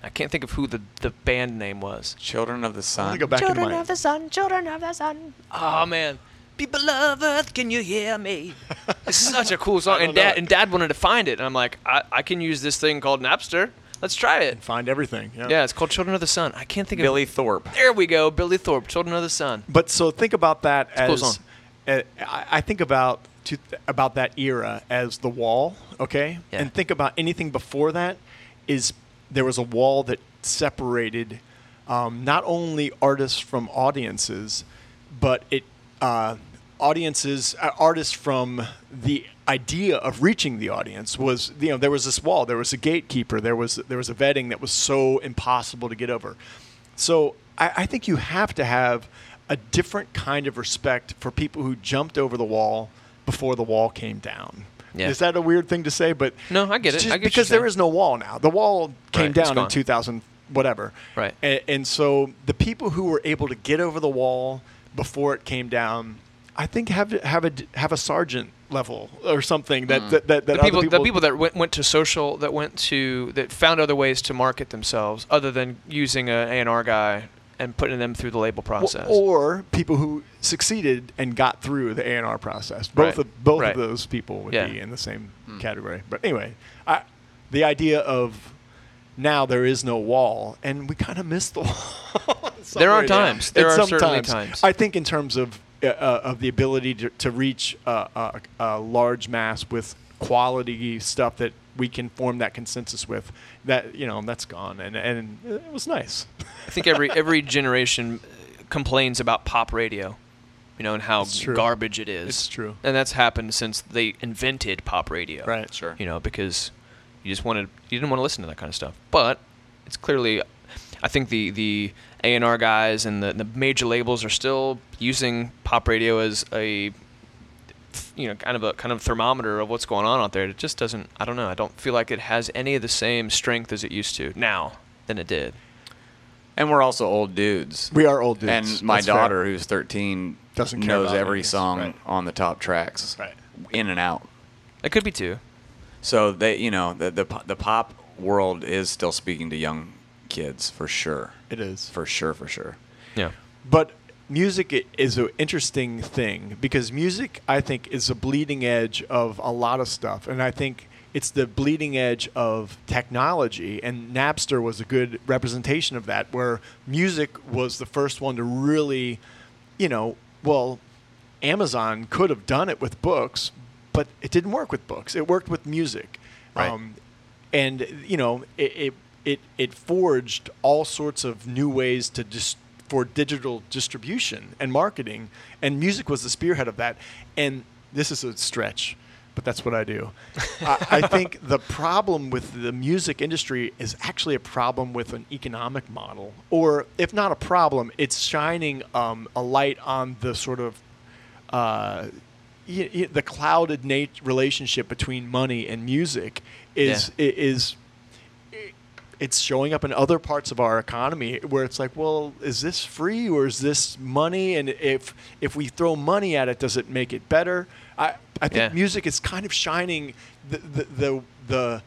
A: I can't think of who the, the band name was.
C: Children of the
B: I'm gonna
C: Sun?
B: go back into
E: Children
B: my.
E: of the sun, children of the sun.
A: Oh man. People of Earth, can you hear me? It's such a cool song,
B: don't
A: and
B: know
A: dad
B: it.
A: and dad wanted to find it, and I'm like, I, I can use this thing called Napster. Let's try it.
B: Find everything. Yeah.
A: Yeah, it's called Children of the Sun. I can't think of
C: Billy Thorpe.
A: There we go, Billy Thorpe, Children of the Sun.
B: But so think about that
A: a cool
B: as
A: song.
B: uh, I I think about to, about that era as the wall, okay?
A: Yeah.
B: And think about anything before that is there was a wall that separated um, not only artists from audiences, but it uh, audiences uh, artists from the idea of reaching the audience was you know there was this wall, there was a gatekeeper, there was there was a vetting that was so impossible to get over. So I, I think you have to have a different kind of respect for people who jumped over the wall before the wall came down.
A: Yeah.
B: Is that a weird thing to say? But
A: No, I get it.
B: Just
A: I get what you're
B: because there
A: saying.
B: is no wall now. The wall
A: Right,
B: came
A: it's
B: down
A: gone.
B: in 2000, whatever.
A: Right.
B: A- And, so the people who were able to get over the wall before it came down, I think have to- have a d- have a sergeant level or something that that that, that
A: Mm. the
B: other
A: people, the people that went, went to social, that went to, that found other ways to market themselves other than using an A&R guy and putting them through the label process.
B: or people who succeeded and got through the A and R process. Both
A: Right.
B: of both
A: Right.
B: of those people would
A: Yeah. Hmm.
B: be in the same category. But anyway, I, the idea of now there is no wall, and we kind of miss the wall. in some
A: There are
B: ways.
A: times. There
B: And
A: are certainly
B: sometimes-
A: times.
B: I think in terms of uh, uh, of the ability to, to reach uh, a, a large mass with quality stuff that we can form that consensus with that you know that's gone and and it was nice
A: I think every every generation complains about pop radio, you know, and how
B: It's true.
A: garbage it is.
B: It's true.
A: and that's happened since they invented pop radio.
B: Right.
C: Sure.
A: You know, because you just wanted you didn't want to listen to that kind of stuff. But it's clearly, I think the the A and R guys and the the major labels are still using pop radio as a you know, kind of a kind of thermometer of what's going on out there. It just doesn't. I don't know. I don't feel like it has any of the same strength as it used to now than it did.
C: And we're also old dudes.
B: we are old dudes
C: And my
B: That's fair.
C: daughter, who's 13,
B: Doesn't care
C: knows
B: about
C: every
B: movies,
C: song
B: right.
C: on the top tracks,
B: Right.
C: in and out.
A: It could be two.
C: So they, you know, the, the po- the pop world is still speaking to young kids for sure,
B: It is.
C: for sure, for sure.
A: Yeah.
B: But music i- is an interesting thing because music, I think, is the bleeding edge of a lot of stuff. And I think it's the bleeding edge of technology. And Napster was a good representation of that, where music was the first one to really, you know, well, Amazon could have done it with books, but it didn't work with books. It worked with music. Um,
A: Right.
B: and you know, it, it it it forged all sorts of new ways to just for digital distribution and marketing, and music was the spearhead of that. And this is a stretch, but that's what I do. I, I think the problem with the music industry is actually a problem with an economic model, or if not a problem, it's shining um, a light on the sort of uh, y- y- the clouded nat- relationship between money and music is i is it's showing up in other parts of our economy where it's like, well, is this free or is this money? And if if we throw money at it, does it make it better? I I think
A: Yeah.
B: music is kind of shining the the the, the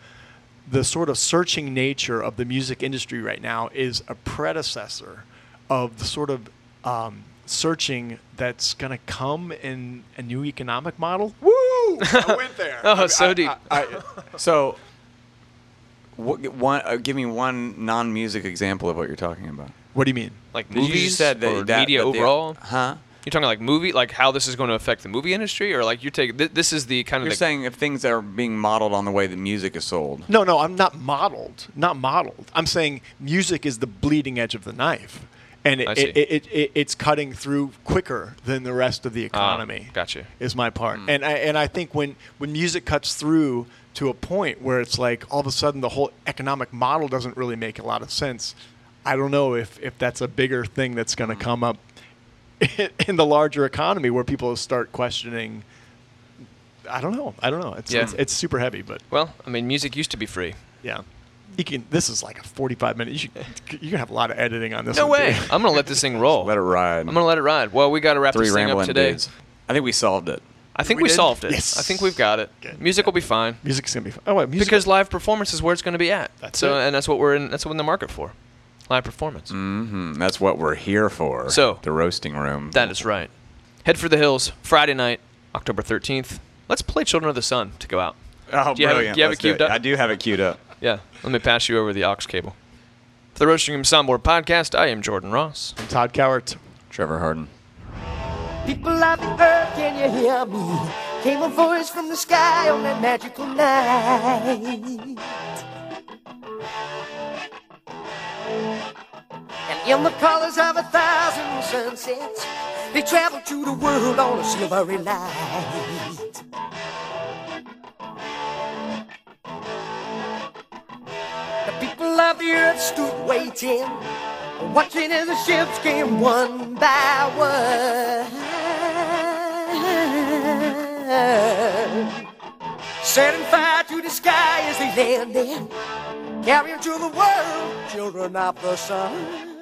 B: the sort of searching nature of the music industry right now is a predecessor of the sort of um, searching that's going to come in a new economic model. Woo! I went there.
A: Oh, so deep.
B: I, I,
C: So, what, one, uh, give me one non-music example of what you're talking about.
B: what do you mean?
A: Like
C: Movies
A: movies
C: said that-
A: or
C: that-
A: media
C: that they-
A: overall.
C: huh?
A: You're talking like movie, like how this is going to affect the movie industry, or like you're taking th- this is the kind of
C: You're
A: the,
C: saying if things are being modeled on the way that music is sold.
B: No, no, I'm not modeled. Not modeled. I'm saying music is the bleeding edge of the knife, and it,
A: I see.
B: it, it, it, it's cutting through quicker than the rest of the economy.
A: Ah, gotcha. Hmm.
B: Is my part, and I and I think when when music cuts through to a point where it's like all of a sudden the whole economic model doesn't really make a lot of sense. I don't know if if that's a bigger thing that's going to
A: Hmm.
B: come up in the larger economy where people start questioning. I don't know. I don't know. It's
A: Yeah.
B: it's, it's super heavy, but
A: well, I mean, music used to be free.
B: yeah. You can, this is like a 45 minute. You should, you're going to have a lot of editing on this.
A: No
B: one,
A: way.
B: dude.
A: I'm gonna let this thing roll.
C: Let it ride.
A: I'm gonna let it ride. Well, we got to wrap
C: Three
A: this thing
C: rambling
A: up today.
C: dudes. I think we solved it.
A: I think
B: We
A: we,
B: did?
A: solved it.
B: Yes.
A: I think we've got it.
B: Good.
A: Music will be fine
B: Music's going to be fun. Oh, wait, music.
A: because live performance is where it's going to be at.
B: That's
A: so,
B: it.
A: and that's what we're in. That's what we're in the market for, live performance.
C: Mm, That's what we're here for.
A: So-
C: the roasting room.
A: That is right. Head for the hills Friday night, October 13th. Let's play Children of the Sun to go out.
C: Oh,
A: Do you have it-
C: brilliant.
A: do you have it
C: Let's do
A: queued up?
C: I do have it queued up.
A: Yeah, let me pass you over the aux cable. For the Roasting Room Soundboard Podcast, I am Jordan Ross.
B: Todd Cowart.
C: Trevor Harden.
D: People I've heard, can you hear me? Came a voice from the sky on that magical night. And in the colors of a thousand sunsets, they traveled through the world on a silvery light. The people of the earth stood waiting, watching as the ships came one by one. Setting fire to the sky as they landed, carrying to the world children of the sun.